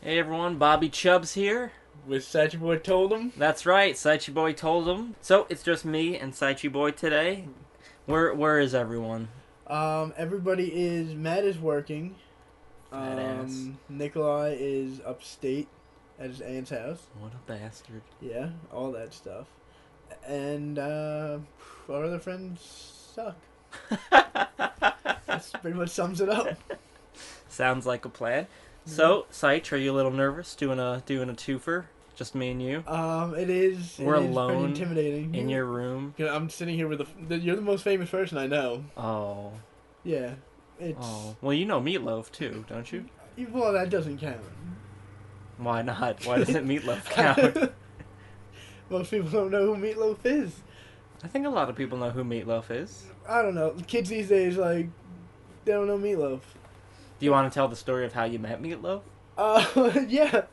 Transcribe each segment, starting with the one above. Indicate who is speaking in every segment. Speaker 1: Hey everyone, Bobby Chubbs here.
Speaker 2: with Satchel Boy told him.
Speaker 1: That's right, Saichi Boy told them. So it's just me and Saichi Boy today. Where where is everyone?
Speaker 2: Um, everybody is Matt is working.
Speaker 1: Fat ass.
Speaker 2: Um, Nikolai is upstate at his aunt's house.
Speaker 1: What a bastard.
Speaker 2: Yeah, all that stuff. And uh, our other friends suck. That's pretty much sums it up.
Speaker 1: Sounds like a plan.
Speaker 2: Mm-hmm.
Speaker 1: So, Saich, are you a little nervous doing a doing a twofer? Just me and you
Speaker 2: Um, it is.
Speaker 1: We're
Speaker 2: it is
Speaker 1: alone
Speaker 2: Pretty intimidating.
Speaker 1: in your room.
Speaker 2: Yeah, I'm sitting here with the, the. You're the most famous person I know.
Speaker 1: Oh,
Speaker 2: Yeah. It's.
Speaker 1: oh. Well, you know Meatloaf too, don't you?
Speaker 2: Well, that doesn't count.
Speaker 1: Why not? Why doesn't Meatloaf count?
Speaker 2: Most people don't know who Meatloaf is.
Speaker 1: I think a lot of people know who Meatloaf is.
Speaker 2: I don't know. Kids these days, like, they don't know Meatloaf.
Speaker 1: Do you want to tell the story of how you met Meatloaf?
Speaker 2: Uh, yeah.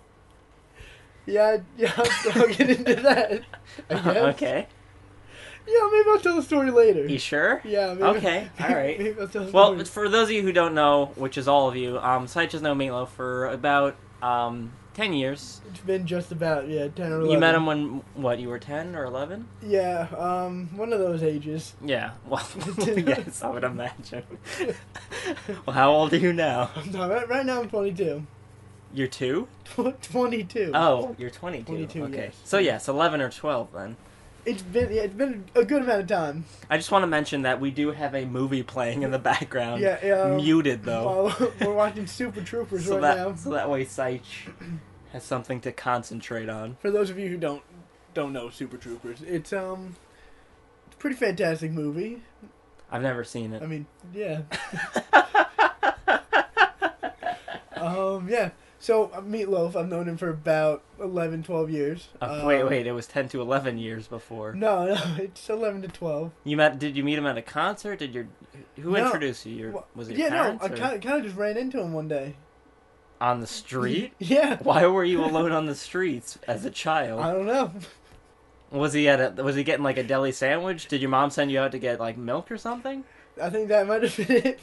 Speaker 2: Yeah, yeah, I'll, I'll get into that. I guess.
Speaker 1: Uh-huh, okay.
Speaker 2: Yeah, maybe I'll tell the story later.
Speaker 1: You sure?
Speaker 2: Yeah, maybe.
Speaker 1: Okay, all right.
Speaker 2: Maybe I'll tell the
Speaker 1: Well,
Speaker 2: story.
Speaker 1: for those of you who don't know, which is all of you, um, Sight just know Meatloaf for about um, ten years.
Speaker 2: It's been just about, yeah, 10 or 11.
Speaker 1: You met him when what? You were ten or eleven?
Speaker 2: Yeah, um, one of those ages.
Speaker 1: Yeah. Well, yes, I would imagine. well, how old are you now?
Speaker 2: No, right, right now I'm 22.
Speaker 1: You're two.
Speaker 2: 22.
Speaker 1: Oh, you're twenty-two.
Speaker 2: 22,
Speaker 1: okay.
Speaker 2: yes.
Speaker 1: So yes, eleven or twelve then.
Speaker 2: It's been, yeah, it's been a good amount of time.
Speaker 1: I just want to mention that we do have a movie playing in the background.
Speaker 2: Yeah, um, yeah.
Speaker 1: Muted though.
Speaker 2: Well, we're watching Super Troopers
Speaker 1: so
Speaker 2: right
Speaker 1: that
Speaker 2: now.
Speaker 1: so that way Saich has something to concentrate on.
Speaker 2: For those of you who don't don't know Super Troopers, it's um it's a pretty fantastic movie.
Speaker 1: I've never seen
Speaker 2: I
Speaker 1: it.
Speaker 2: mean, yeah. um yeah. So uh, Meatloaf, I've known him for about 11, 12 years.
Speaker 1: Uh,
Speaker 2: Um,
Speaker 1: wait, wait, it was ten to eleven years before.
Speaker 2: No, no, it's 11 to 12.
Speaker 1: You met? Did you meet him at a concert? Did your who
Speaker 2: No.
Speaker 1: introduced you? Your
Speaker 2: Well,
Speaker 1: was it your
Speaker 2: yeah, no,
Speaker 1: parents
Speaker 2: I
Speaker 1: or-
Speaker 2: kind of, kind of just ran into him one day.
Speaker 1: on the street?
Speaker 2: Yeah.
Speaker 1: Why were you alone on the streets as a child?
Speaker 2: I don't know.
Speaker 1: was he at a, was he getting like a deli sandwich? Did your mom send you out to get like milk or something?
Speaker 2: I think that might have been it.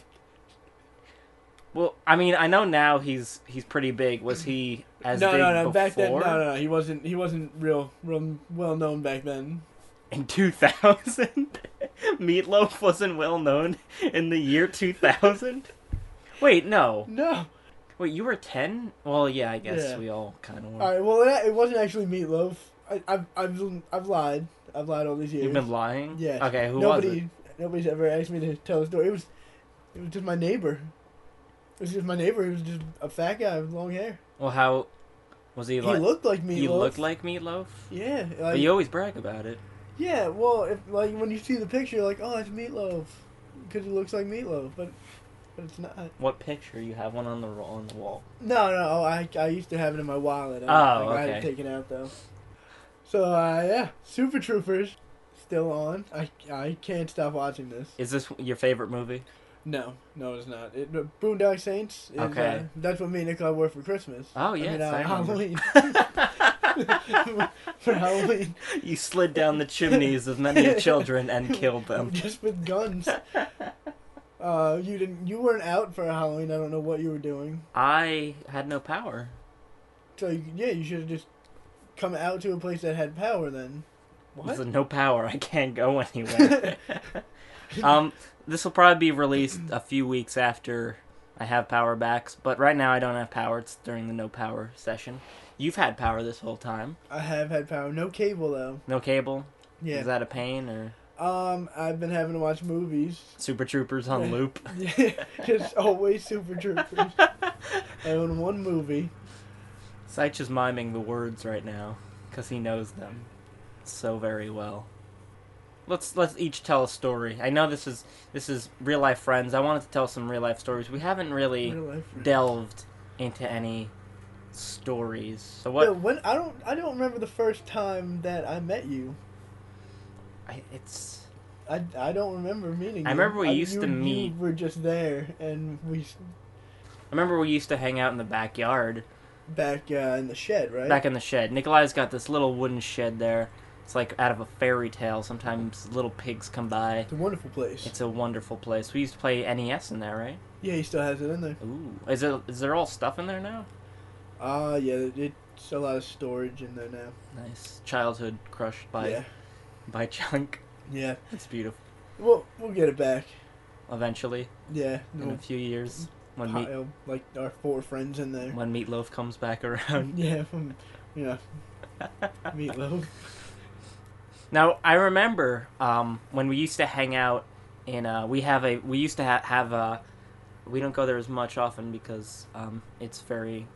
Speaker 1: Well, I mean, I know now he's he's pretty big. Was he as
Speaker 2: no,
Speaker 1: big
Speaker 2: no, no.
Speaker 1: before?
Speaker 2: Back then, no, no, no. He wasn't. He wasn't real, real well known back then.
Speaker 1: In two thousand, Meatloaf wasn't well known in the year two thousand. Wait, no.
Speaker 2: No.
Speaker 1: Wait, you were ten? Well, yeah, I guess
Speaker 2: Yeah. Uh,
Speaker 1: we all kind of were.
Speaker 2: All right. Well, it, it wasn't actually meatloaf. I, I've I've I've lied. I've lied all these years.
Speaker 1: You've been lying.
Speaker 2: Yes.
Speaker 1: Okay. Who
Speaker 2: Nobody
Speaker 1: was it?
Speaker 2: nobody's ever asked me to tell a story. It was it was just my neighbor. It was just my neighbor. He was just a fat guy with long hair.
Speaker 1: Well, how was he
Speaker 2: He
Speaker 1: like?
Speaker 2: looked like meatloaf.
Speaker 1: He looked like meatloaf.
Speaker 2: Yeah.
Speaker 1: But
Speaker 2: Like,
Speaker 1: you always brag about it.
Speaker 2: yeah. Well, if like when you see the picture, you're like, oh, it's meatloaf, because it looks like meatloaf, but but it's not.
Speaker 1: What picture? You have one on the ro- on the wall.
Speaker 2: No, no, I, I used to have it in my wallet. I,
Speaker 1: Oh,
Speaker 2: I had it
Speaker 1: okay.
Speaker 2: taken out though. So uh, yeah, Super Troopers still on. I, I can't stop watching this.
Speaker 1: Is this your favorite movie?
Speaker 2: No, no, it's not. It, but Boondock Saints. Is,
Speaker 1: Okay.
Speaker 2: Uh, that's what me and Nikolai wore for Christmas.
Speaker 1: Oh
Speaker 2: I
Speaker 1: yes,
Speaker 2: mean, uh,
Speaker 1: I remember.
Speaker 2: Halloween for Halloween,
Speaker 1: you slid down the chimneys of many children and killed them.
Speaker 2: just with guns. Uh, you didn't. You weren't out for Halloween. I don't know what you were doing.
Speaker 1: I had no power.
Speaker 2: So you, yeah, you should have just come out to a place that had power then. What?
Speaker 1: There's no power. I can't go anywhere. um, this will probably be released a few weeks after I have power backs, but right now I don't have power. It's during the no power session. You've had power this whole time.
Speaker 2: I have had power. No cable though.
Speaker 1: No cable.
Speaker 2: Yeah.
Speaker 1: Is that a pain or
Speaker 2: um, I've been having to watch movies.
Speaker 1: Super Troopers on loop?
Speaker 2: Just always Super Troopers. I own one movie.
Speaker 1: Seich is miming the words right now because he knows them so very well. Let's let's each tell a story. I know this is this is real life friends. I wanted to tell some real life stories. We haven't really
Speaker 2: Real life. friend.
Speaker 1: delved into any stories. So
Speaker 2: Yeah,
Speaker 1: what?
Speaker 2: when I don't I don't remember the first time that I met you.
Speaker 1: I, it's
Speaker 2: I, I don't remember meeting.
Speaker 1: I
Speaker 2: you.
Speaker 1: remember we
Speaker 2: I-
Speaker 1: used
Speaker 2: you-
Speaker 1: to meet.
Speaker 2: You were just there, and we s-
Speaker 1: I remember we used to hang out in the backyard,
Speaker 2: back uh, in the shed, right?
Speaker 1: back in the shed. Nikolai's got this little wooden shed there. It's like out of a fairy tale. Sometimes little pigs come by.
Speaker 2: It's a wonderful place.
Speaker 1: It's a wonderful place. We used to play NES E in there, right?
Speaker 2: Yeah, he still has it in there.
Speaker 1: Ooh, is it? Is there all stuff in there now?
Speaker 2: Ah, yeah, it's a lot of storage in there now.
Speaker 1: Nice childhood crushed by
Speaker 2: yeah,
Speaker 1: by junk.
Speaker 2: yeah.
Speaker 1: It's beautiful.
Speaker 2: We'll we'll get it back.
Speaker 1: Eventually,
Speaker 2: Yeah,
Speaker 1: in a
Speaker 2: no
Speaker 1: few years, when meat,
Speaker 2: pile like our four friends in there.
Speaker 1: when meatloaf comes back around.
Speaker 2: Yeah, from yeah, meatloaf.
Speaker 1: Now I remember um, when we used to hang out in. Uh, we have a. We used to ha- have a. We don't go there as much often because um, it's very.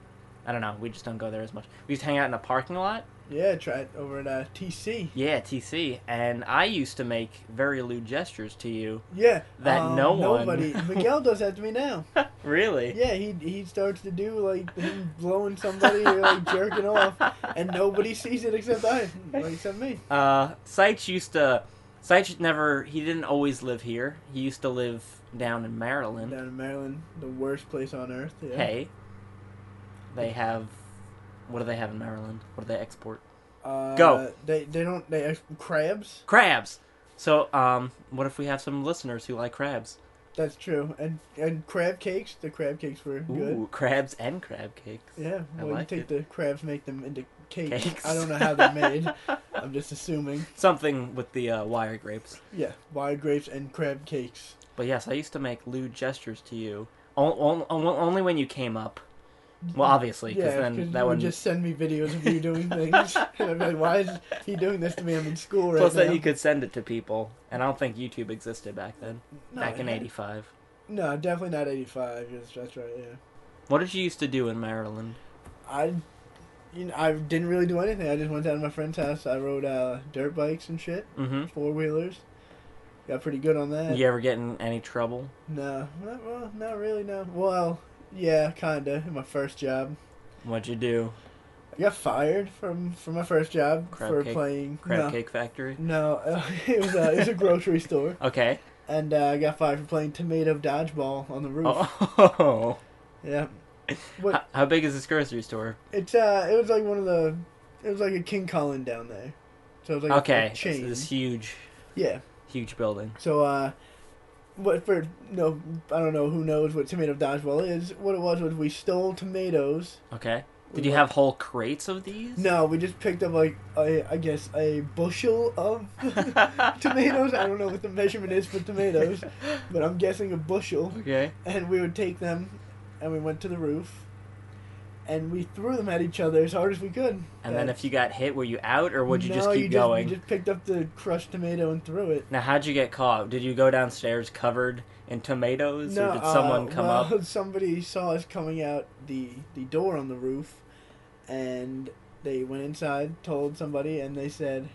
Speaker 1: I don't know. We just don't go there as much. We used to hang out in a parking lot.
Speaker 2: Yeah, try it over at uh, TC.
Speaker 1: Yeah, TC. And I used to make very lewd gestures to you.
Speaker 2: Yeah,
Speaker 1: That
Speaker 2: um,
Speaker 1: no one-
Speaker 2: Nobody. Miguel does that to me now.
Speaker 1: really?
Speaker 2: Yeah, he he starts to do like him blowing somebody or like jerking off, and nobody sees it except I, like except me.
Speaker 1: Uh, Seitz used to. Seitz never. He didn't always live here. He used to live down in Maryland.
Speaker 2: Down in Maryland, the worst place on earth. Yeah.
Speaker 1: Hey. They have. What do they have in Maryland? What do they export?
Speaker 2: Uh,
Speaker 1: Go.
Speaker 2: They they don't they crabs.
Speaker 1: Crabs. So, um, what if we have some listeners who like crabs?
Speaker 2: That's true. And and crab cakes. The crab cakes were
Speaker 1: Ooh,
Speaker 2: good.
Speaker 1: crabs and crab cakes.
Speaker 2: Yeah.
Speaker 1: I
Speaker 2: Well,
Speaker 1: like
Speaker 2: you
Speaker 1: it.
Speaker 2: take the crabs, make them into cakes.
Speaker 1: Cakes.
Speaker 2: I don't know how they're made. I'm just assuming.
Speaker 1: Something with the uh, wire grapes.
Speaker 2: Yeah, wild grapes and crab cakes.
Speaker 1: But yes, I used to make lewd gestures to you. On, on, only when you came up. Well, obviously, because
Speaker 2: Yeah,
Speaker 1: then
Speaker 2: you
Speaker 1: that
Speaker 2: would
Speaker 1: would
Speaker 2: just send me videos of you doing things. and I'd be like, why is he doing this to me? I'm in school right
Speaker 1: Plus,
Speaker 2: now.
Speaker 1: then you could send it to people, and I don't think YouTube existed back then.
Speaker 2: No,
Speaker 1: back in
Speaker 2: yeah.
Speaker 1: '85.
Speaker 2: No, definitely not 85. Yes, that's right, yeah.
Speaker 1: What did you used to do in Maryland?
Speaker 2: I, you know, I didn't really do anything. I just went down to my friend's house. I rode uh, dirt bikes and shit,
Speaker 1: Mm-hmm.
Speaker 2: four wheelers. Got pretty good on that.
Speaker 1: You ever get in any trouble?
Speaker 2: No, not, well, not really, no. Well, yeah, kinda. In my first job.
Speaker 1: What'd you do?
Speaker 2: I got fired from, from my first job
Speaker 1: Crab
Speaker 2: for
Speaker 1: cake-
Speaker 2: playing.
Speaker 1: Crab
Speaker 2: no,
Speaker 1: cake factory.
Speaker 2: No, it was a, it was a grocery store,
Speaker 1: Okay.
Speaker 2: and uh, I got fired for playing tomato dodgeball on the roof.
Speaker 1: Oh.
Speaker 2: Yeah,
Speaker 1: how,
Speaker 2: what
Speaker 1: how big is this grocery store?
Speaker 2: it's uh, it was like one of the, it was like a King Cullen down there, so it was like a-
Speaker 1: okay.
Speaker 2: a
Speaker 1: It's
Speaker 2: chain.
Speaker 1: this huge,
Speaker 2: Yeah,
Speaker 1: huge building.
Speaker 2: so uh, what for? No, I don't know who knows what tomato dodgeball is. What it was was we stole tomatoes.
Speaker 1: Okay. Did
Speaker 2: We
Speaker 1: you
Speaker 2: went-
Speaker 1: have whole crates of these?
Speaker 2: No, we just picked up like a, I guess a bushel of tomatoes. I don't know what the measurement is for tomatoes, but I'm guessing a bushel.
Speaker 1: Okay.
Speaker 2: and we would take them, and we went to the roof, and we threw them at each other as hard as we could.
Speaker 1: And then if you got hit, were you out, or would you just
Speaker 2: No,
Speaker 1: keep
Speaker 2: you
Speaker 1: going?
Speaker 2: you just picked up the crushed tomato and threw it.
Speaker 1: Now, how'd you get caught? Did you go downstairs covered in tomatoes, or did someone
Speaker 2: uh,
Speaker 1: come
Speaker 2: well,
Speaker 1: up?
Speaker 2: Somebody saw us coming out the the door on the roof, and they went inside, told somebody, and they said.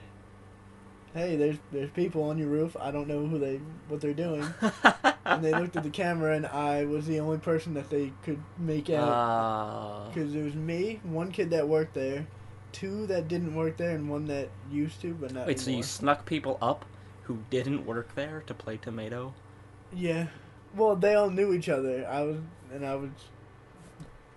Speaker 2: Hey, there's there's people on your roof. I don't know who they what they're doing. and they looked at the camera, and I was the only person that they could make out.
Speaker 1: Ah.
Speaker 2: Because it was me, one kid that worked there, two that didn't work there, and one that used to, but not
Speaker 1: Wait, so you
Speaker 2: anymore.
Speaker 1: snuck people up who didn't work there to play tomato,
Speaker 2: Yeah. Well, they all knew each other. I was, and I was.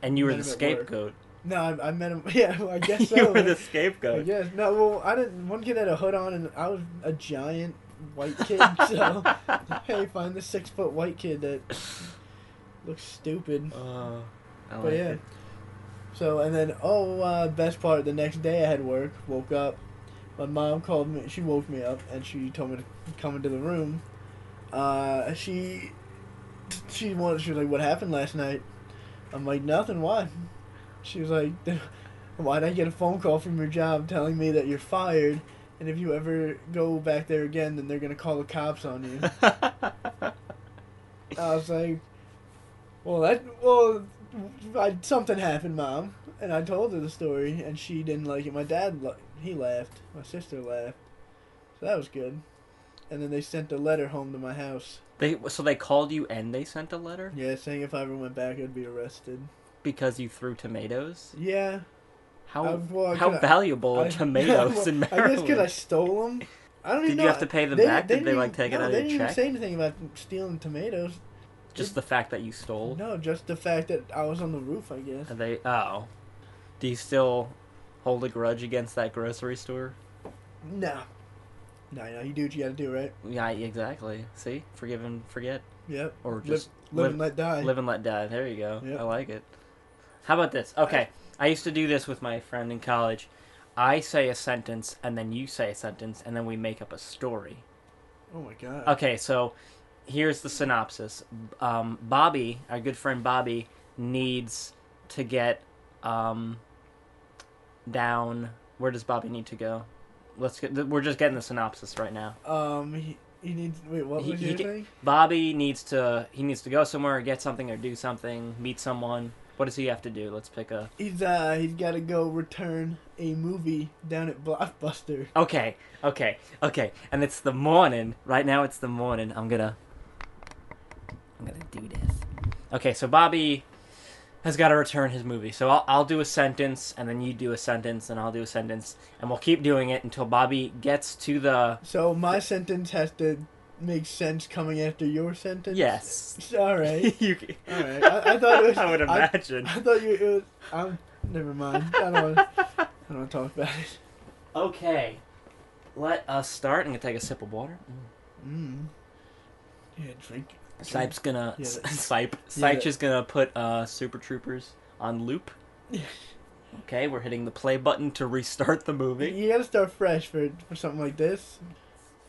Speaker 1: and you were the
Speaker 2: Met him at work.
Speaker 1: scapegoat.
Speaker 2: No, I, I met him. Yeah, well, I guess so.
Speaker 1: you were the
Speaker 2: I
Speaker 1: scapegoat.
Speaker 2: guess no. Well, I didn't. One kid had a hood on, and I was a giant white kid. so hey, find the six foot white kid that looks stupid.
Speaker 1: Oh, I
Speaker 2: But
Speaker 1: like
Speaker 2: yeah.
Speaker 1: it.
Speaker 2: So and then oh, uh, best part the next day I had work. Woke up, my mom called me. She woke me up and she told me to come into the room. Uh, she she wanted. She was like, "What happened last night?" I'm like, "Nothing. Why?" She was like, "Why'd I get a phone call from your job telling me that you're fired?" And if you ever go back there again, then they're gonna call the cops on you. I was like, well, that well, I, something happened, mom, and I told her the story, and she didn't like it. My dad, la- he laughed. My sister laughed, so that was good. And then they sent a letter home to my house,
Speaker 1: They so they called you and they sent a letter
Speaker 2: yeah, saying if I ever went back, I'd be arrested.
Speaker 1: because you threw tomatoes.
Speaker 2: Yeah,
Speaker 1: How
Speaker 2: I- Uh, well,
Speaker 1: how
Speaker 2: 'cause I-
Speaker 1: valuable
Speaker 2: I-
Speaker 1: are tomatoes in
Speaker 2: well, I guess
Speaker 1: Maryland?
Speaker 2: because I stole them. I don't
Speaker 1: Did
Speaker 2: even
Speaker 1: you
Speaker 2: know-
Speaker 1: have to pay them back? Did
Speaker 2: didn't
Speaker 1: they,
Speaker 2: even-
Speaker 1: like, take it
Speaker 2: no,
Speaker 1: out of
Speaker 2: They
Speaker 1: your
Speaker 2: didn't even
Speaker 1: check?
Speaker 2: say anything about stealing tomatoes.
Speaker 1: Just the fact that you stole.
Speaker 2: No, just the fact that I was on the roof. I guess.
Speaker 1: Are they oh, do you still hold a grudge against that grocery store?
Speaker 2: No. No, no, you do what you gotta do, right?
Speaker 1: Yeah, exactly. See, forgive and forget,
Speaker 2: Yep.
Speaker 1: or
Speaker 2: Live-
Speaker 1: just
Speaker 2: Live, and let die.
Speaker 1: Live and let die. There you go.
Speaker 2: Yeah.
Speaker 1: I like it. How about this? Okay, I used to do this with my friend in college. I say a sentence, and then you say a sentence, and then we make up a story.
Speaker 2: Oh my god.
Speaker 1: Okay, so here's the synopsis. Um, Bobby, our good friend Bobby, needs to get um, down. Where does Bobby need to go? Let's get. We're just getting the synopsis right now.
Speaker 2: Um, he, he needs. Wait, what
Speaker 1: He-
Speaker 2: was
Speaker 1: he
Speaker 2: your
Speaker 1: ca-
Speaker 2: thing?
Speaker 1: Bobby needs to. He needs to go somewhere, get something, or do something. Meet someone. What does he have to do? Let's pick a.
Speaker 2: He's uh, he's got to go return a movie down at Blockbuster.
Speaker 1: Okay, okay, okay. And it's the morning. Right now it's the morning. I'm gonna I'm gonna do this. Okay, so Bobby has got to return his movie. So I'll, I'll do a sentence, and then you do a sentence, and I'll do a sentence, and we'll keep doing it until Bobby gets to the
Speaker 2: So my sentence has to make sense coming after your sentence.
Speaker 1: yes.
Speaker 2: All right.
Speaker 1: you,
Speaker 2: All right. I, I thought it was.
Speaker 1: I would imagine.
Speaker 2: I thought you. It was. I'm. Never mind. I don't. Wanna, I don't want to talk about it.
Speaker 1: okay, let us start. I'm gonna take a sip of water.
Speaker 2: Mm. Yeah, drink.
Speaker 1: Sipe's gonna
Speaker 2: Yeah,
Speaker 1: S-
Speaker 2: that-
Speaker 1: Sipe
Speaker 2: yeah,
Speaker 1: Sipe's
Speaker 2: that-
Speaker 1: just gonna put uh, Super Troopers on loop. okay, we're hitting the play button to restart the movie,
Speaker 2: You gotta start fresh for for something like this.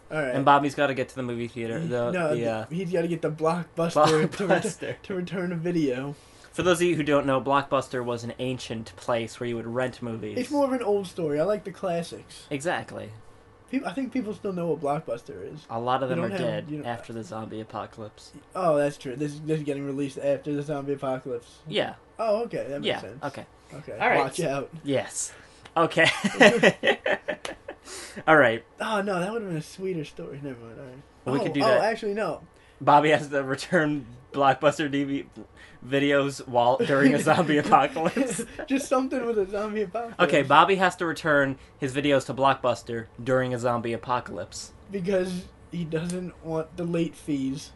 Speaker 2: All right.
Speaker 1: and Bobby's got to get to the movie theater.
Speaker 2: He-
Speaker 1: The,
Speaker 2: Mm, no,
Speaker 1: the, uh,
Speaker 2: he's got to get the blockbuster, to, ret-
Speaker 1: blockbuster.
Speaker 2: to return a video.
Speaker 1: For those of you who don't know, Blockbuster was an ancient place where you would rent movies.
Speaker 2: It's more of an old story. I like the classics.
Speaker 1: exactly.
Speaker 2: People, I think people still know what blockbuster is.
Speaker 1: A lot of
Speaker 2: You
Speaker 1: them are
Speaker 2: don't have-
Speaker 1: dead
Speaker 2: you don't-
Speaker 1: after the zombie apocalypse.
Speaker 2: Oh, that's true. This is, this is getting released after the zombie apocalypse.
Speaker 1: Yeah,
Speaker 2: Oh, okay, that makes
Speaker 1: yeah.
Speaker 2: sense.
Speaker 1: Okay.
Speaker 2: Okay.
Speaker 1: All right.
Speaker 2: Watch out.
Speaker 1: Yes. Okay. All right.
Speaker 2: Oh no, that would have been a sweeter story. Never mind. All right.
Speaker 1: Well, we
Speaker 2: oh,
Speaker 1: could do
Speaker 2: oh,
Speaker 1: that.
Speaker 2: actually, no.
Speaker 1: Bobby has to return blockbuster DV videos while during a zombie apocalypse.
Speaker 2: Just something with a zombie apocalypse.
Speaker 1: Okay, Bobby has to return his videos to Blockbuster during a zombie apocalypse.
Speaker 2: because he doesn't want the late fees.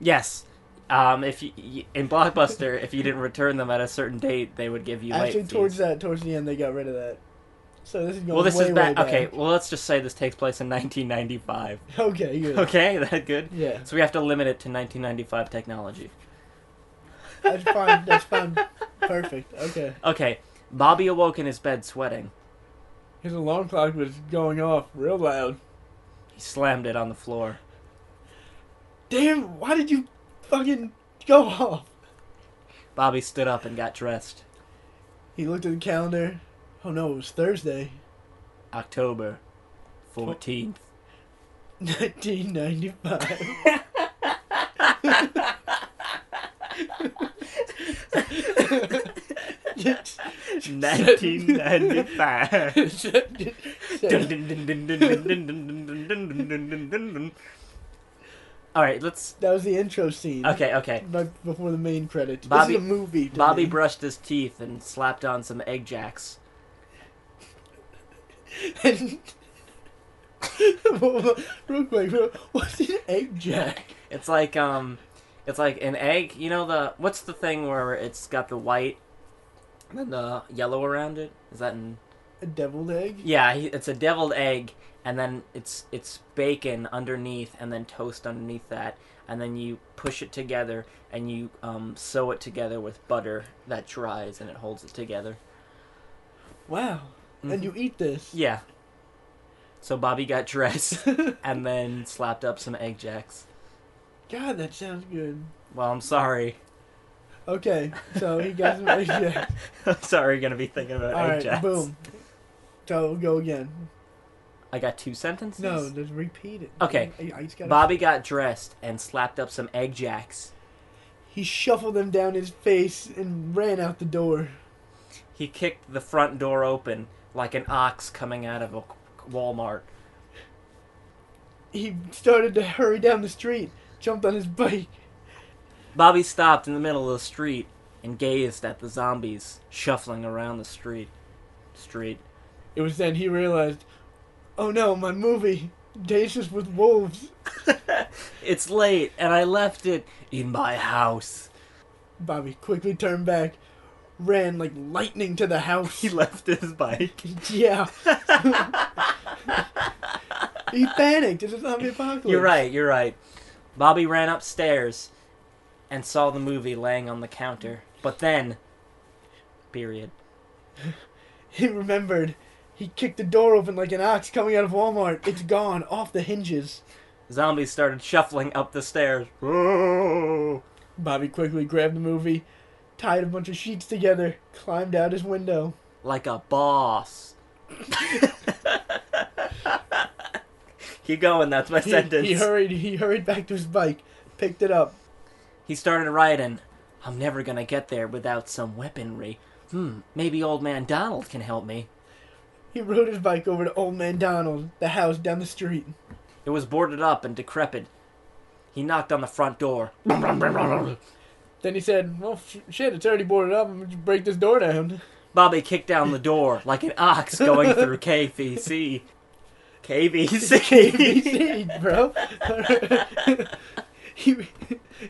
Speaker 1: Yes. Um, if you, y- in Blockbuster, if you didn't return them at a certain date, they would give you late
Speaker 2: actually,
Speaker 1: fees.
Speaker 2: towards that, towards the end, they got rid of that. So this is going
Speaker 1: well, this
Speaker 2: way,
Speaker 1: is
Speaker 2: way
Speaker 1: back.
Speaker 2: back.
Speaker 1: Okay, well, let's just say this takes place in 1995.
Speaker 2: Okay. Good.
Speaker 1: Okay, that good.
Speaker 2: Yeah.
Speaker 1: So we have to limit it to 1995 technology.
Speaker 2: That's fine. That's fine. Perfect. Okay.
Speaker 1: Okay, Bobby awoke in his bed sweating.
Speaker 2: His alarm clock was going off real loud.
Speaker 1: He slammed it on the floor.
Speaker 2: Damn! Why did you fucking go off?
Speaker 1: Bobby stood up and got dressed.
Speaker 2: He looked at the calendar. Oh no, it was Thursday,
Speaker 1: October 14th.
Speaker 2: 1995. Just-
Speaker 1: 1995.
Speaker 2: Dun, dun.
Speaker 1: All right, let's.
Speaker 2: that was the intro scene.
Speaker 1: Okay, okay.
Speaker 2: Right before the main credits.
Speaker 1: Bobby-
Speaker 2: this is a movie. to
Speaker 1: Bobby
Speaker 2: me.
Speaker 1: brushed his teeth and slapped on some egg jacks.
Speaker 2: And- real quick, real- what's an egg jack?
Speaker 1: It's like um, it's like an egg. You know the what's the thing where it's got the white and then the yellow around it? Is that in?
Speaker 2: A deviled egg?
Speaker 1: Yeah, he- it's a deviled egg, and then it's it's bacon underneath, and then toast underneath that, and then you push it together, and you um, sew it together with butter that dries, and it holds it together. Mm-hmm.
Speaker 2: Wow. And you eat this?
Speaker 1: Yeah. So Bobby got dressed, and then slapped up some egg jacks.
Speaker 2: God, that sounds good.
Speaker 1: Well, I'm sorry.
Speaker 2: Okay, so he got some egg jacks.
Speaker 1: I'm sorry, you're gonna be thinking about egg
Speaker 2: Alright,
Speaker 1: jacks.
Speaker 2: boom. So go again.
Speaker 1: I got two sentences.
Speaker 2: No, just repeat it.
Speaker 1: Okay.
Speaker 2: I, I just gotta-
Speaker 1: Bobby got dressed and slapped up some egg jacks.
Speaker 2: He shuffled them down his face and ran out the door.
Speaker 1: He kicked the front door open like an ox coming out of a Walmart.
Speaker 2: He started to hurry down the street, jumped on his bike.
Speaker 1: Bobby stopped in the middle of the street and gazed at the zombies shuffling around the street. Street.
Speaker 2: It was then he realized, oh no, my movie, Dances with Wolves.
Speaker 1: it's late, and I left it in my house.
Speaker 2: Bobby quickly turned back, ran like lightning to the house.
Speaker 1: He left his bike.
Speaker 2: yeah. he panicked. It's a zombie apocalypse.
Speaker 1: You're right, you're right. Bobby ran upstairs and saw the movie laying on the counter. But then. Period.
Speaker 2: He remembered. He kicked the door open like an ox coming out of Walmart. It's gone off the hinges.
Speaker 1: Zombies started shuffling up the stairs. Whoa.
Speaker 2: Bobby quickly grabbed the movie, tied a bunch of sheets together, climbed out his window.
Speaker 1: Like a boss. Keep going, that's my
Speaker 2: He-
Speaker 1: sentence.
Speaker 2: He hurried. He hurried back to his bike, picked it up.
Speaker 1: He started writing, I'm never gonna get there without some weaponry. Hmm, maybe old man Donald can help me.
Speaker 2: He rode his bike over to Old Man Donald, the house down the street.
Speaker 1: It was boarded up and decrepit. He knocked on the front door.
Speaker 2: Then he said, "Well, sh- shit, it's already boarded up. I'm gonna just break this door down."
Speaker 1: Bobby kicked down the door like an ox going through KVC. KVC.
Speaker 2: KBC, bro. he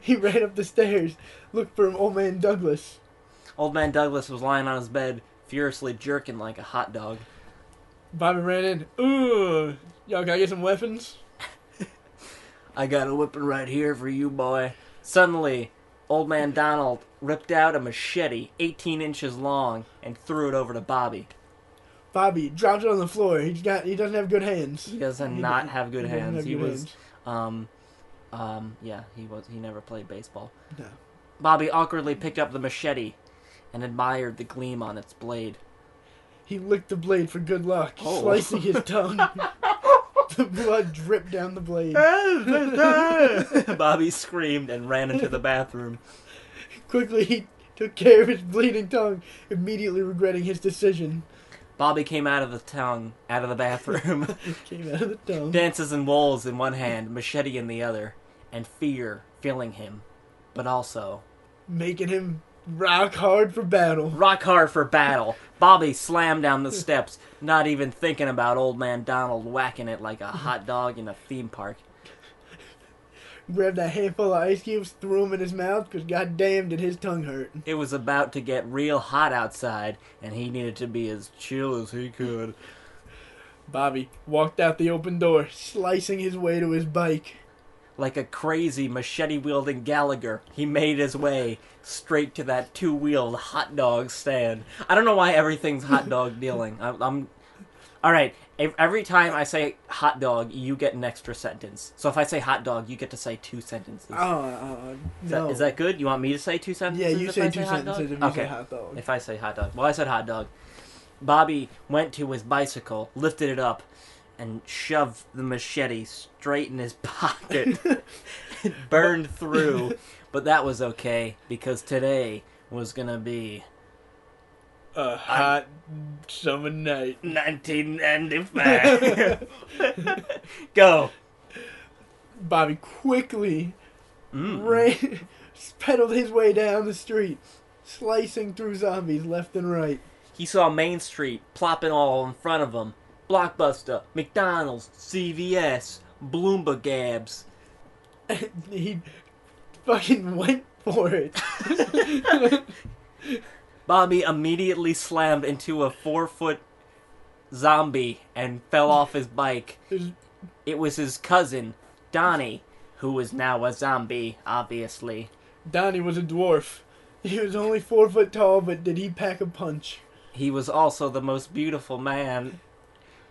Speaker 2: he ran up the stairs, looked for Old Man Douglas.
Speaker 1: Old man Douglas was lying on his bed, furiously jerking like a hot dog.
Speaker 2: Bobby ran in. Ooh, y'all gotta get some weapons.
Speaker 1: I got a whipping right here for you, boy. Suddenly, old man Donald ripped out a machete 18 inches long and threw it over to Bobby.
Speaker 2: Bobby dropped it on the floor. He's got he doesn't have good hands.
Speaker 1: He doesn't
Speaker 2: He
Speaker 1: not
Speaker 2: didn't-
Speaker 1: have good
Speaker 2: he didn't
Speaker 1: hands.
Speaker 2: have
Speaker 1: he
Speaker 2: good
Speaker 1: was,
Speaker 2: hands.
Speaker 1: um, um, yeah, he was. He never played baseball.
Speaker 2: No.
Speaker 1: Bobby awkwardly picked up the machete and admired the gleam on its blade.
Speaker 2: He licked the blade for good luck,
Speaker 1: Oh.
Speaker 2: slicing his tongue. the blood dripped down the blade.
Speaker 1: Bobby screamed and ran into the bathroom.
Speaker 2: Quickly, he took care of his bleeding tongue, immediately regretting his decision.
Speaker 1: Bobby came out of the tongue, out of the bathroom,
Speaker 2: Came out of the tongue.
Speaker 1: dances and wolves in one hand, machete in the other, and fear filling him, but also
Speaker 2: making him rock hard for battle.
Speaker 1: rock hard for battle. Bobby slammed down the steps, not even thinking about old man Donald whacking it like a hot dog in a theme park.
Speaker 2: Grabbed a handful of ice cubes, threw them in his mouth, because goddamn did his tongue hurt.
Speaker 1: It was about to get real hot outside, and he needed to be as chill as he could.
Speaker 2: Bobby walked out the open door, slicing his way to his bike.
Speaker 1: Like a crazy machete wielding Gallagher, he made his way straight to that two wheeled hot dog stand. I don't know why everything's hot dog dealing. I, I'm. Alright, every time I say hot dog, you get an extra sentence. So if I say hot dog, you get to say two sentences.
Speaker 2: Oh, uh,
Speaker 1: Is,
Speaker 2: no.
Speaker 1: that, is that good? You want me to say two sentences?
Speaker 2: yeah, you
Speaker 1: if
Speaker 2: say
Speaker 1: I
Speaker 2: two
Speaker 1: hot dog?
Speaker 2: sentences if you
Speaker 1: okay.
Speaker 2: say hot dog.
Speaker 1: If I say hot dog, well, I said hot dog. Bobby went to his bicycle, lifted it up, and shoved the machete straight in his pocket. it burned through, but that was okay because today was gonna be
Speaker 2: A hot summer night.
Speaker 1: 1995. Go.
Speaker 2: Bobby quickly
Speaker 1: Mm.
Speaker 2: ran, pedaled his way down the street, slicing through zombies left and right.
Speaker 1: He saw Main Street plopping all in front of him. Blockbuster, McDonald's, CVS, Bloomberg Gabs.
Speaker 2: he fucking went for it.
Speaker 1: Bobby immediately slammed into a four foot zombie and fell off his bike.
Speaker 2: There's-
Speaker 1: It was his cousin, Donnie, who was now a zombie, obviously.
Speaker 2: Donnie was a dwarf. He was only four foot tall, but did he pack a punch?
Speaker 1: He was also the most beautiful man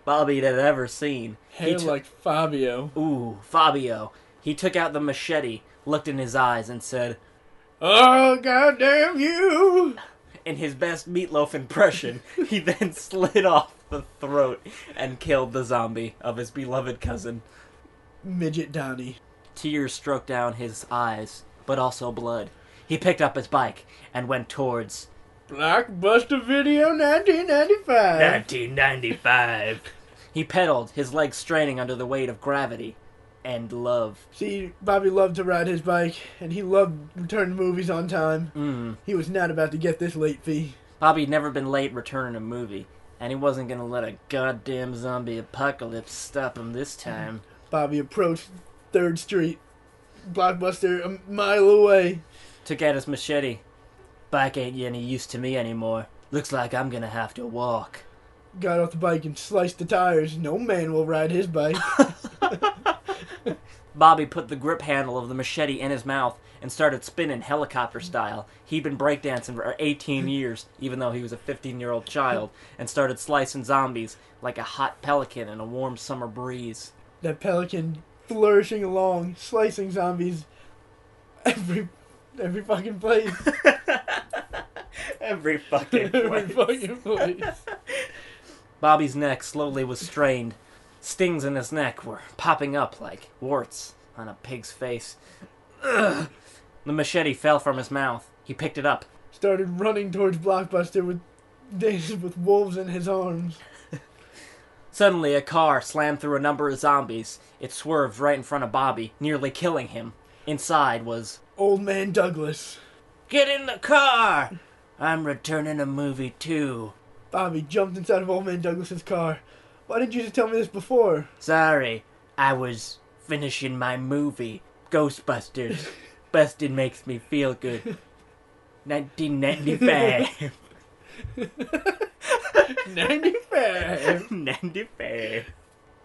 Speaker 1: Bobby had ever seen. He
Speaker 2: Hair
Speaker 1: took-
Speaker 2: like Fabio.
Speaker 1: Ooh, Fabio. He took out the machete, looked in his eyes, and said,
Speaker 2: Oh goddamn you!
Speaker 1: in his best meatloaf impression, he then slid off the throat and killed the zombie of his beloved cousin.
Speaker 2: Midget Donnie.
Speaker 1: Tears stroked down his eyes, but also blood. He picked up his bike and went towards
Speaker 2: Blockbuster Video 1995.
Speaker 1: 1995. He pedaled, his legs straining under the weight of gravity and love.
Speaker 2: See, Bobby loved to ride his bike, and he loved returning movies on time.
Speaker 1: Mm.
Speaker 2: He was not about to get this late fee.
Speaker 1: Bobby had never been late returning a movie, and he wasn't gonna let a goddamn zombie apocalypse stop him this time.
Speaker 2: Bobby approached Third Street, Blockbuster a mile away.
Speaker 1: Took out his machete. Bike ain't any use to me anymore. Looks like I'm gonna have to walk.
Speaker 2: Got off the bike and sliced the tires. No man will ride his bike.
Speaker 1: Bobby put the grip handle of the machete in his mouth and started spinning helicopter style. He'd been breakdancing for 18 years, even though he was a 15 year old child, and started slicing zombies like a hot pelican in a warm summer breeze.
Speaker 2: That pelican flourishing along, slicing zombies every every fucking place.
Speaker 1: Every fucking
Speaker 2: every
Speaker 1: place.
Speaker 2: fucking place.
Speaker 1: Bobby's neck slowly was strained. Stings in his neck were popping up like warts on a pig's face. Ugh. The machete fell from his mouth. He picked it up.
Speaker 2: Started running towards Blockbuster with Days with wolves in his arms.
Speaker 1: Suddenly, a car slammed through a number of zombies. It swerved right in front of Bobby, nearly killing him. Inside was,
Speaker 2: Old man Douglas.
Speaker 1: Get in the car! I'm returning a movie too.
Speaker 2: Bobby jumped inside of Old Man Douglas's car. Why didn't you just tell me this before?
Speaker 1: Sorry, I was finishing my movie, Ghostbusters. Busted makes me feel good. 1995.
Speaker 2: 95!
Speaker 1: 95.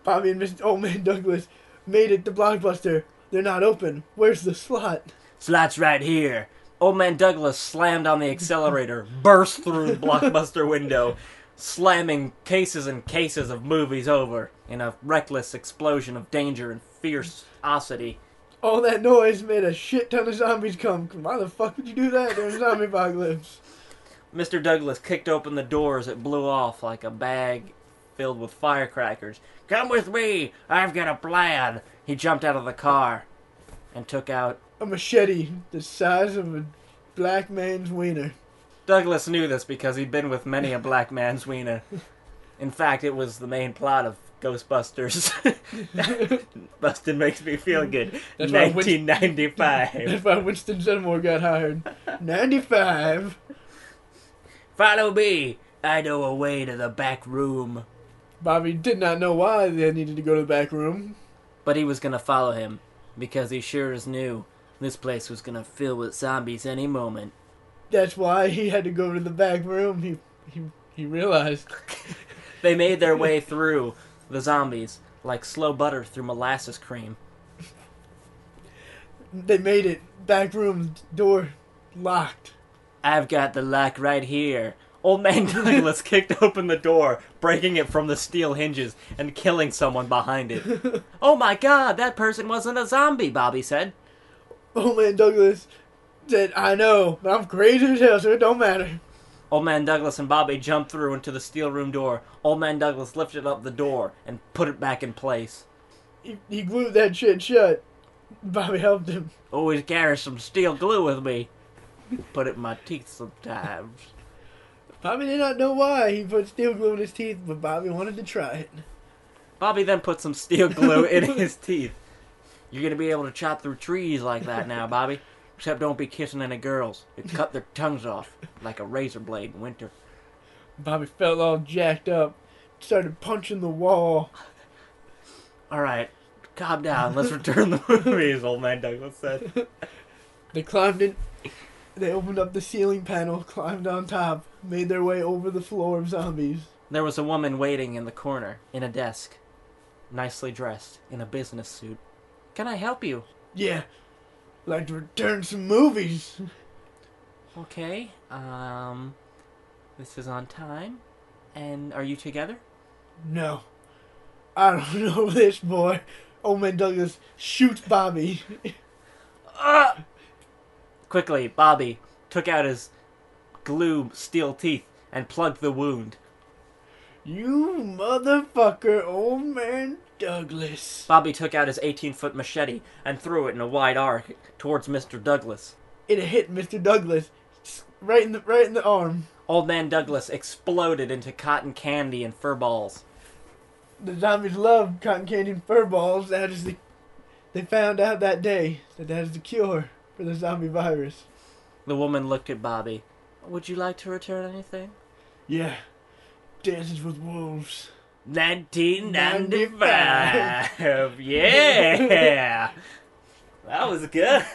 Speaker 2: Bobby and Mr. Old Man Douglas made it to Blockbuster. They're not open. Where's the slot?
Speaker 1: Slot's right here. Old man Douglas slammed on the accelerator, burst through the blockbuster window, slamming cases and cases of movies over in a reckless explosion of danger and fierceosity.
Speaker 2: All that noise made a shit ton of zombies come. Why the fuck would you do that during a zombie apocalypse?
Speaker 1: Mr. Douglas kicked open the doors that blew off like a bag filled with firecrackers. Come with me! I've got a plan! He jumped out of the car and took out
Speaker 2: A machete the size of a black man's wiener.
Speaker 1: Douglas knew this because he'd been with many a black man's wiener. In fact, it was the main plot of Ghostbusters. Bustin' makes me feel good.
Speaker 2: That's why Win-
Speaker 1: 1995.
Speaker 2: That's why Winston Zeddemore got hired. 95!
Speaker 1: Follow me. I know a way to the back room.
Speaker 2: Bobby did not know why they needed to go to the back room.
Speaker 1: But he was gonna follow him because he sure as knew this place was gonna fill with zombies any moment.
Speaker 2: That's why he had to go to the back room. He, he, he realized.
Speaker 1: They made their way through the zombies like slow butter through molasses cream.
Speaker 2: They made it. Back room door locked.
Speaker 1: I've got the lock right here. Old man Douglas kicked open the door, breaking it from the steel hinges and killing someone behind it. oh my god, that person wasn't a zombie, Bobby said.
Speaker 2: Old man Douglas said, I know, but I'm crazy as hell, so it don't matter.
Speaker 1: Old man Douglas and Bobby jumped through into the steel room door. Old man Douglas lifted up the door and put it back in place.
Speaker 2: He, he glued that shit shut. Bobby helped him.
Speaker 1: Always carry "Oh, some steel glue with me. Put it in my teeth sometimes.
Speaker 2: Bobby did not know why he put steel glue in his teeth, but Bobby wanted to try it.
Speaker 1: Bobby then put some steel glue in his teeth. You're gonna be able to chop through trees like that now, Bobby. Except don't be kissing any girls. It cut their tongues off like a razor blade in winter.
Speaker 2: Bobby felt all jacked up, started punching the wall.
Speaker 1: All right, calm down. Let's return the movies, old man Douglas said.
Speaker 2: They climbed in. They opened up the ceiling panel, climbed on top, made their way over the floor of zombies.
Speaker 1: There was a woman waiting in the corner in a desk, nicely dressed in a business suit. Can I help you?
Speaker 2: Yeah, like to return some movies.
Speaker 1: Okay. Um, this is on time. And are you together?
Speaker 2: No. I don't know this boy. Old man Douglas shoots Bobby.
Speaker 1: Ah! Quickly, Bobby took out his glue steel teeth and plugged the wound.
Speaker 2: You motherfucker, old man Douglas.
Speaker 1: Bobby took out his 18 foot machete and threw it in a wide arc towards Mr. Douglas.
Speaker 2: It hit Mr. Douglas right in the right in the arm.
Speaker 1: Old man Douglas exploded into cotton candy and fur balls.
Speaker 2: The zombies love cotton candy and fur balls. That is the they found out that day that that is the cure for the zombie virus.
Speaker 1: The woman looked at Bobby. Would you like to return anything?
Speaker 2: Yeah. Dances with wolves.
Speaker 1: 1995! yeah! That was good!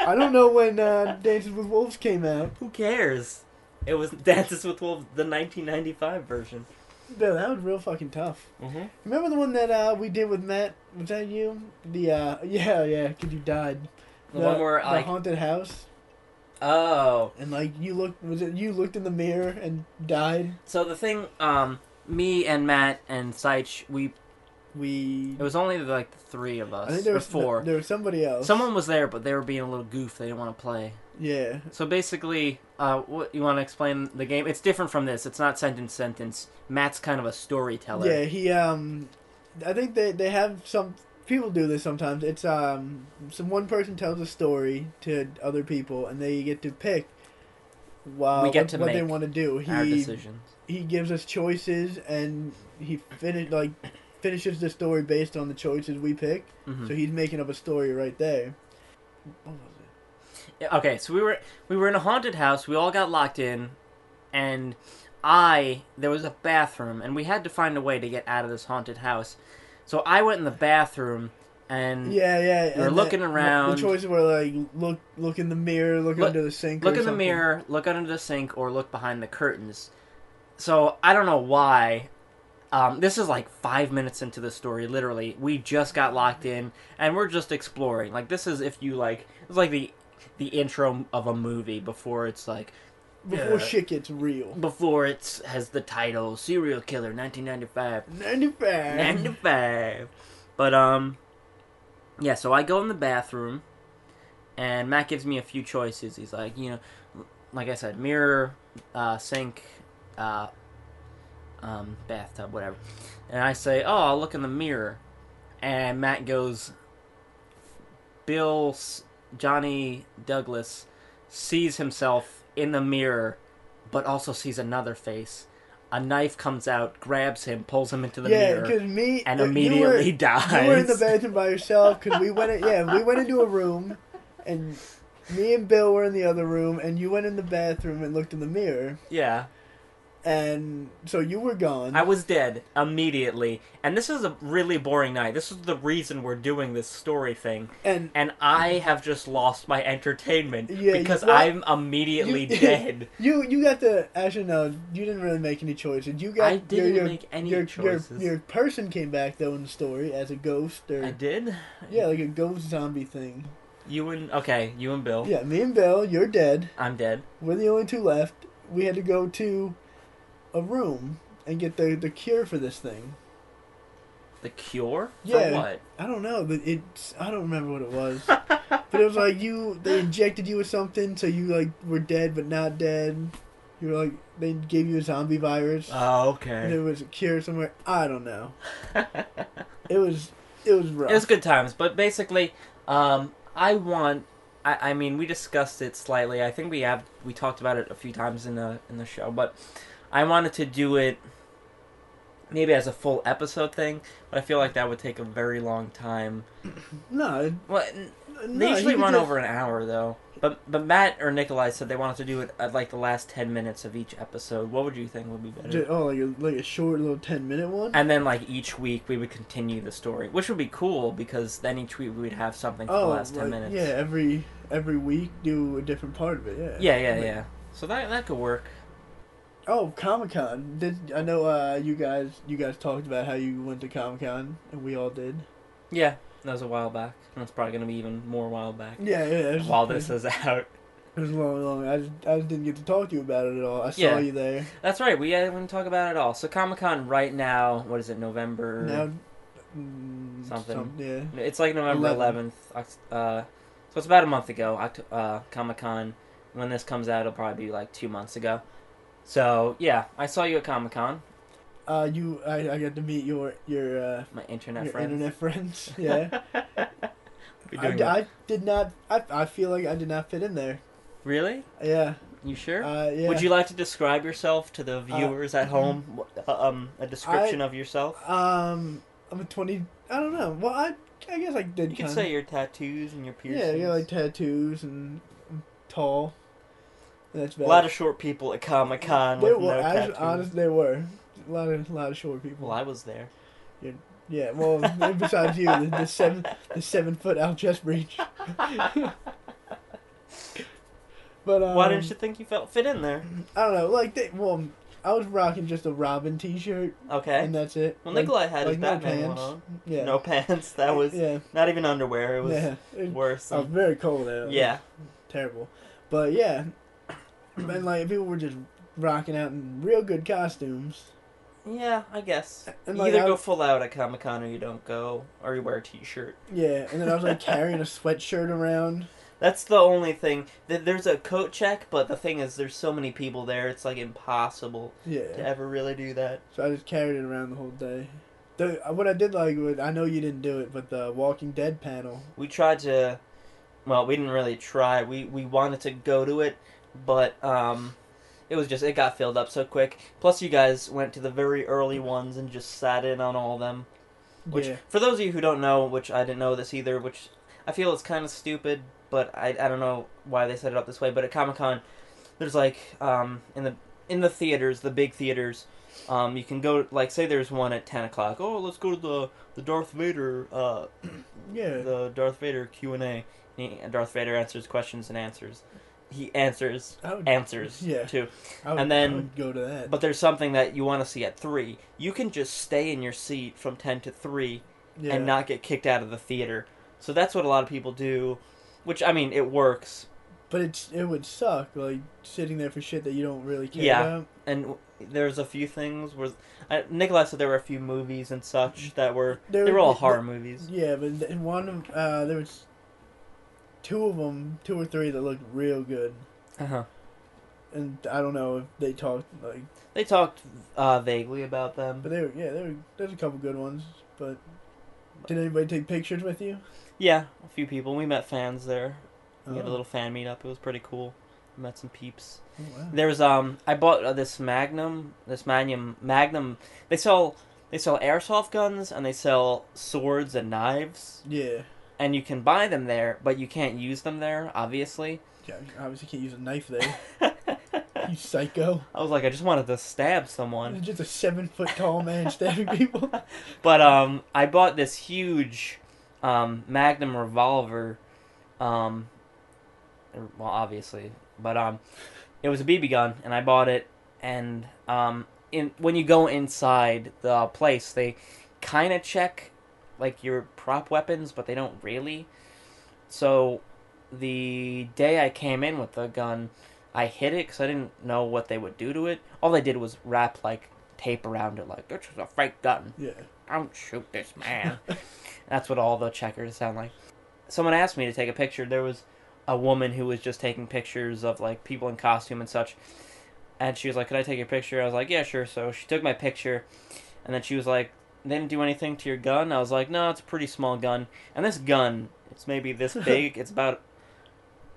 Speaker 2: I don't know when uh, Dances with Wolves came out.
Speaker 1: Who cares? It was Dances with Wolves, the 1995 version.
Speaker 2: No, that was real fucking tough.
Speaker 1: Mm-hmm.
Speaker 2: Remember the one that uh, we did with Matt? Was that you? The uh, yeah, yeah, because you died.
Speaker 1: The one where,
Speaker 2: the
Speaker 1: like-
Speaker 2: haunted house,
Speaker 1: Oh,
Speaker 2: and like you looked, was it you looked in the mirror and died?
Speaker 1: so the thing, um, me and Matt and Seich, we
Speaker 2: We.
Speaker 1: it was only like the three of us.
Speaker 2: I think there
Speaker 1: or
Speaker 2: was
Speaker 1: four.
Speaker 2: There was somebody else.
Speaker 1: Someone was there, but they were being a little goof. They didn't want to play.
Speaker 2: Yeah.
Speaker 1: So basically, uh, what you want to explain the game? It's different from this. It's not sentence sentence. Matt's kind of a storyteller.
Speaker 2: Yeah, he um I think they they have some people do this sometimes. It's um some one person tells a story to other people and they get to pick wow
Speaker 1: We get
Speaker 2: what,
Speaker 1: to
Speaker 2: what they
Speaker 1: make
Speaker 2: want to do. He
Speaker 1: Our decisions.
Speaker 2: he gives us choices and he finish like finishes the story based on the choices we pick.
Speaker 1: Mhm.
Speaker 2: So he's making up a story right there. What was it?
Speaker 1: Yeah, Okay, so we were we were in a haunted house. We all got locked in, and I there was a bathroom, and we had to find a way to get out of this haunted house. So I went in the bathroom, and
Speaker 2: Yeah, yeah.
Speaker 1: We were
Speaker 2: and
Speaker 1: looking
Speaker 2: the-
Speaker 1: around.
Speaker 2: The choices were like look, look in the mirror, look,
Speaker 1: Look-
Speaker 2: under the sink.
Speaker 1: look
Speaker 2: or
Speaker 1: in the
Speaker 2: something.
Speaker 1: mirror, look under the sink, or look behind the curtains. So I don't know why. Um, this is like five minutes into the story. Literally, we just got locked in, and we're just exploring. Like this is if you like, it's like the the intro of a movie before it's like Yeah.
Speaker 2: before shit gets real.
Speaker 1: before it has the title serial killer 1995
Speaker 2: 95.
Speaker 1: 95 but um yeah so i go in the bathroom and matt gives me a few choices he's like you know like i said mirror uh, sink uh, um, bathtub whatever and i say oh i'll look in the mirror and matt goes bill S- johnny douglas sees himself in the mirror but also sees another face a knife comes out grabs him pulls him into the
Speaker 2: yeah,
Speaker 1: mirror
Speaker 2: because me
Speaker 1: and
Speaker 2: Uh, you
Speaker 1: immediately
Speaker 2: were,
Speaker 1: dies.
Speaker 2: You were in the bathroom by yourself because we went. In, yeah, we went into a room, and me and Bill were in the other room, and you went in the bathroom and looked in the mirror,
Speaker 1: Yeah,
Speaker 2: and so you were gone.
Speaker 1: I was dead immediately, and this is a really boring night. This is the reason we're doing this story thing,
Speaker 2: and
Speaker 1: and I have just lost my entertainment
Speaker 2: Yeah, you-
Speaker 1: because
Speaker 2: well,
Speaker 1: I'm immediately
Speaker 2: you-
Speaker 1: dead.
Speaker 2: you you got to actually no, you didn't really make any choices. You got
Speaker 1: I didn't
Speaker 2: your, your,
Speaker 1: make any
Speaker 2: your,
Speaker 1: choices.
Speaker 2: Your, your person came back though in the story as a ghost or
Speaker 1: I did.
Speaker 2: yeah, like a ghost zombie thing.
Speaker 1: You and okay, you and Bill.
Speaker 2: Yeah, me and Bill, you're dead.
Speaker 1: I'm dead.
Speaker 2: We're the only two left. We had to go to a room and get the, the cure for this thing.
Speaker 1: The cure for
Speaker 2: Yeah.
Speaker 1: what?
Speaker 2: I don't know, but it's I don't remember what it was. but it was like you they injected you with something, so you like were dead but not dead. You were like they gave you a zombie virus.
Speaker 1: Oh,
Speaker 2: and
Speaker 1: okay.
Speaker 2: there was a cure somewhere. I don't know. It was it was rough.
Speaker 1: It was good times, but basically, um, I want. I, I mean, we discussed it slightly. I think we have we talked about it a few times in the in the show, but I wanted to do it maybe as a full episode thing. But I feel like that would take a very long time.
Speaker 2: no, it-
Speaker 1: Well, n-
Speaker 2: no,
Speaker 1: they usually
Speaker 2: he
Speaker 1: run
Speaker 2: just-
Speaker 1: over an hour though. But but Matt or Nikolai said they wanted to do it at like the last ten minutes of each episode. What would you think would be better?
Speaker 2: ju- oh, like a, like a short little ten minute one.
Speaker 1: and then, like each week, we would continue the story, which would be cool because then each week we would have something for the
Speaker 2: oh,
Speaker 1: last ten
Speaker 2: like,
Speaker 1: minutes.
Speaker 2: yeah, every every week do a different part of it. Yeah.
Speaker 1: Yeah, yeah,
Speaker 2: Like,
Speaker 1: yeah. So that that could work.
Speaker 2: Oh, Comic Con! Did I know uh, you guys? You guys talked about how you went to Comic Con, and we all did.
Speaker 1: Yeah, that was a while back. That's probably gonna be even more while back.
Speaker 2: Yeah, yeah. It was,
Speaker 1: While this is out,
Speaker 2: it was long, long. I just, I just didn't get to talk to you about it at all. I saw
Speaker 1: Yeah.
Speaker 2: you there.
Speaker 1: that's right. We haven't talked about it at all. So Comic Con right now, what is it? November.
Speaker 2: Now, mm,
Speaker 1: Something.
Speaker 2: some- yeah,
Speaker 1: It's like November
Speaker 2: Eleven.
Speaker 1: eleventh. Uh, so it's about a month ago. Oct- uh, Comic Con. When this comes out, it'll probably be like two months ago. So yeah, I saw you at Comic Con.
Speaker 2: uh, you, I, I got to meet your, your, uh,
Speaker 1: My internet
Speaker 2: your
Speaker 1: friends.
Speaker 2: internet friends. Yeah,
Speaker 1: Be
Speaker 2: I,
Speaker 1: doing
Speaker 2: d-
Speaker 1: that.
Speaker 2: I did not. I, I feel like I did not fit in there.
Speaker 1: Really?
Speaker 2: Yeah.
Speaker 1: You sure?
Speaker 2: Uh, yeah. Uh, mm-hmm.
Speaker 1: Would you like to describe yourself to the viewers at home? Wh- uh, Um, a description of yourself.
Speaker 2: Um, I'm a twenty. I don't know. Well, I, I guess I did.
Speaker 1: You can
Speaker 2: kinda-
Speaker 1: say your tattoos and your piercings.
Speaker 2: Yeah, I got like tattoos and I'm tall. And that's
Speaker 1: a
Speaker 2: about
Speaker 1: lot
Speaker 2: it.
Speaker 1: of short people at Comic Con
Speaker 2: There
Speaker 1: with
Speaker 2: were,
Speaker 1: no
Speaker 2: I,
Speaker 1: tattoos.
Speaker 2: honest, there were a lot of lot of short people.
Speaker 1: Well, I was there.
Speaker 2: yeah, well, besides you, the, the seven the seven foot out chest breach. but um, um,
Speaker 1: Why didn't you think you felt fit in there?
Speaker 2: I don't know. Like, they, well, I was rocking just a Robin T-shirt,
Speaker 1: Okay.
Speaker 2: and that's
Speaker 1: Eh?
Speaker 2: it.
Speaker 1: Well,
Speaker 2: Like-
Speaker 1: Nikolai had
Speaker 2: like
Speaker 1: his
Speaker 2: no
Speaker 1: Batman one
Speaker 2: pants.
Speaker 1: on.
Speaker 2: Yeah.
Speaker 1: No pants. That was
Speaker 2: yeah.
Speaker 1: not even underwear. It was
Speaker 2: yeah. It-
Speaker 1: worse.
Speaker 2: I was
Speaker 1: than-
Speaker 2: very cold out.
Speaker 1: yeah.
Speaker 2: Terrible. But yeah, and like people were just rocking out in real good costumes.
Speaker 1: Yeah, I guess.
Speaker 2: And,
Speaker 1: you
Speaker 2: like,
Speaker 1: either
Speaker 2: I-
Speaker 1: go full out at Comic Con or you don't go, or you wear a t shirt.
Speaker 2: Yeah, and then I was like carrying a sweatshirt around.
Speaker 1: That's the only thing. Th- There's a coat check, but the thing is, there's so many people there, it's like impossible to
Speaker 2: Yeah.
Speaker 1: ever really do that.
Speaker 2: So I just carried it around the whole day. The, what I did like, was, I know you didn't do it, but the Walking Dead panel.
Speaker 1: We tried to. Well, we didn't really try. We, we wanted to go to it, but um, it was just. It got filled up so quick. Plus, you guys went to the very early ones and just sat in on all of them. Which,
Speaker 2: yeah.
Speaker 1: for those of you who don't know, which I didn't know this either, which I feel is kind of stupid, but I, I don't know why they set it up this way. But at Comic Con, there's like um, in the in the theaters, the big theaters, um, you can go like say there's one at ten o'clock. Oh, let's go to the the Darth Vader uh,
Speaker 2: Yeah.
Speaker 1: the Darth Vader Q and A. Darth Vader answers questions and answers. He answers
Speaker 2: I would,
Speaker 1: answers
Speaker 2: Yeah.
Speaker 1: too.
Speaker 2: I would,
Speaker 1: and then-
Speaker 2: I would go to that.
Speaker 1: But there's something that you want to see at three. You can just stay in your seat from ten to three
Speaker 2: yeah.
Speaker 1: and not get kicked out of the theater. So that's what a lot of people do, which I mean, it works.
Speaker 2: But it's it would suck like sitting there for shit that you don't really care
Speaker 1: Yeah.
Speaker 2: about.
Speaker 1: And w- there's a few things where I, Nikolai said there were a few movies and such that were
Speaker 2: There-
Speaker 1: they were all
Speaker 2: there-
Speaker 1: horror movies.
Speaker 2: Yeah, but th- one of uh, there was two of them, two or three that looked real good,
Speaker 1: Uh-huh.
Speaker 2: and I don't know if they talked like,
Speaker 1: They talked uh, vaguely about them.
Speaker 2: but they were yeah, there were there's a couple good ones, but. Did anybody take pictures with you?
Speaker 1: yeah, a few people. We met fans there. We had a
Speaker 2: Oh.
Speaker 1: little fan meetup. It was pretty cool. Met some peeps.
Speaker 2: Oh, wow.
Speaker 1: There was um, I bought uh, this Magnum, this Magnum, Magnum. They sell they sell airsoft guns and they sell swords and knives,
Speaker 2: Yeah.
Speaker 1: and you can buy them there, but you can't use them there, obviously.
Speaker 2: Yeah, you obviously can't use a knife there.
Speaker 1: I
Speaker 2: You psycho.
Speaker 1: was like, I just wanted to stab someone,
Speaker 2: You're just a seven foot tall man stabbing people.
Speaker 1: but um, I bought this huge um Magnum revolver, um, er, well, obviously, but um, it was a BB gun, and I bought it, and um, in when you go inside the place, they kind of check like your prop weapons, but they don't really. So the day I came in with the gun, I hit it because I didn't know what they would do to it. All they did was wrap like tape around it, like this is a fake gun.
Speaker 2: Yeah.
Speaker 1: Don't shoot this man. That's what all the checkers sound like. Someone asked me to take a picture. There was a woman who was just taking pictures of like people in costume and such. And she was like, "Could I take your picture?" I was like, "Yeah, sure." So she took my picture, and then she was like, "They didn't do anything to your gun." I was like, "No, it's a pretty small gun." And this gun, it's maybe this big. It's about,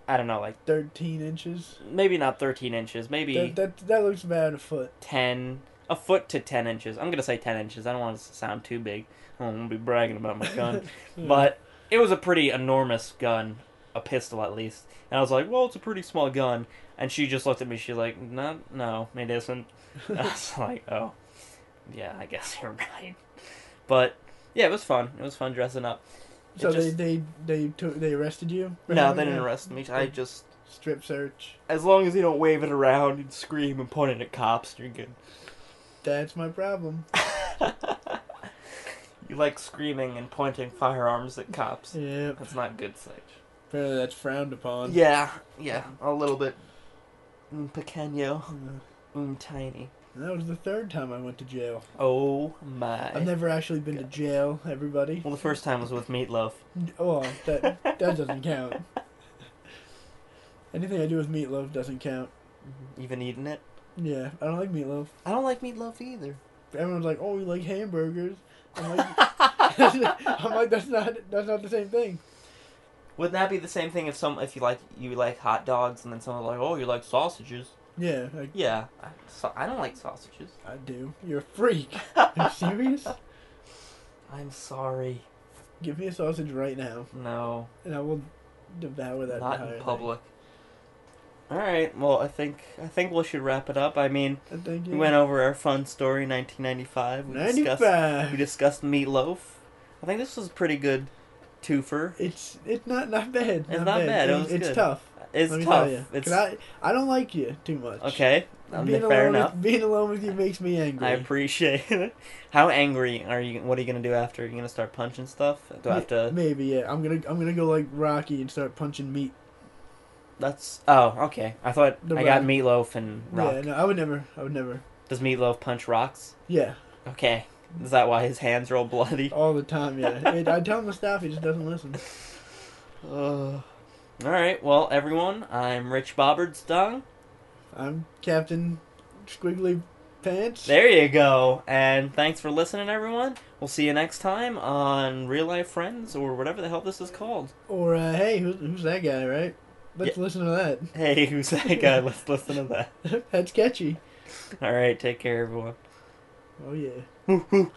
Speaker 1: I don't know, like
Speaker 2: Thirteen inches.
Speaker 1: maybe not 13 inches, maybe
Speaker 2: That, that that looks about a foot.
Speaker 1: 10, a foot to 10 inches. I'm gonna say 10 inches. I don't want it to sound too big. I don't want to be bragging about my gun.
Speaker 2: Hmm.
Speaker 1: But it was a pretty enormous gun, a pistol at least. And I was like, well, it's a pretty small gun. And she just looked at me. She's like, no, no, it isn't. And I was like, oh, yeah, I guess you're right. But yeah, it was fun. It was fun dressing up. It
Speaker 2: so
Speaker 1: just-
Speaker 2: they they they took they arrested you. for
Speaker 1: No,
Speaker 2: having
Speaker 1: they didn't
Speaker 2: that?
Speaker 1: arrest me. I just,
Speaker 2: Strip search.
Speaker 1: as long as you don't wave it around and scream and point it at cops, you're good.
Speaker 2: That's my problem.
Speaker 1: you like screaming and pointing firearms at cops.
Speaker 2: Yeah.
Speaker 1: That's not good, Sage.
Speaker 2: Apparently that's frowned upon.
Speaker 1: Yeah, yeah, a little bit. Mm, Pequeño.
Speaker 2: Uh,
Speaker 1: Mm, tiny.
Speaker 2: That was the third time I went to jail.
Speaker 1: Oh my.
Speaker 2: I've never actually been to jail, everybody.
Speaker 1: well, the first time was with Meatloaf.
Speaker 2: Oh, that that doesn't count. Anything I do with meatloaf doesn't count.
Speaker 1: Even eating it?
Speaker 2: Yeah, I don't like meatloaf.
Speaker 1: Mm-hmm. I don't like meatloaf either.
Speaker 2: Everyone's like, "Oh, you like hamburgers?" I'm like, I'm like, that's not that's not the same thing.
Speaker 1: Wouldn't that be the same thing if some if you like you like hot dogs and then someone's like, oh, you like sausages?
Speaker 2: Yeah, like,
Speaker 1: Yeah, I, so, I don't like sausages.
Speaker 2: I do. You're a freak. Are you serious?
Speaker 1: I'm sorry.
Speaker 2: Give me a sausage right now,
Speaker 1: No,
Speaker 2: and I will devour that.
Speaker 1: not
Speaker 2: entire
Speaker 1: in
Speaker 2: thing.
Speaker 1: public. All right. Well, I think I think we should wrap it up. I mean,
Speaker 2: I think
Speaker 1: we went over our fun story, 1995. We discussed We
Speaker 2: ninety-five.
Speaker 1: discussed meatloaf. I think this was a pretty good twofer.
Speaker 2: It's it's not not bad.
Speaker 1: It's not bad, it
Speaker 2: It's-
Speaker 1: was
Speaker 2: it's
Speaker 1: good.
Speaker 2: tough.
Speaker 1: It's
Speaker 2: Let me
Speaker 1: tough.
Speaker 2: tell you.
Speaker 1: It's
Speaker 2: 'Cause I I don't like you too much.
Speaker 1: okay. Um,
Speaker 2: being,
Speaker 1: fair
Speaker 2: alone
Speaker 1: enough.
Speaker 2: with, being alone with you makes me angry.
Speaker 1: I appreciate it. How angry are you? What are you gonna do after? Are you gonna start punching stuff? Do I have to?
Speaker 2: Maybe yeah. I'm gonna I'm gonna go like Rocky and start punching meat.
Speaker 1: That's oh okay. I thought
Speaker 2: The
Speaker 1: I got
Speaker 2: rock.
Speaker 1: meatloaf and rock.
Speaker 2: Yeah, no, I would never. I would never.
Speaker 1: Does meatloaf punch rocks?
Speaker 2: Yeah,
Speaker 1: Okay. Is that why his hands are all bloody?
Speaker 2: all the time. Yeah, It- I tell him to stop. He just doesn't listen.
Speaker 1: Ugh. all right. Well, everyone, I'm Rich Bobbard Stung.
Speaker 2: I'm Captain Squiggly Pants.
Speaker 1: There you go. And thanks for listening, everyone. We'll see you next time on Real Life Friends or whatever the hell this is called.
Speaker 2: Or uh, hey, who's, who's that guy? Right? Let's listen to
Speaker 1: Hey, who's that guy? Let's listen to that.
Speaker 2: that. That's catchy.
Speaker 1: All right. Take care, everyone.
Speaker 2: Oh yeah.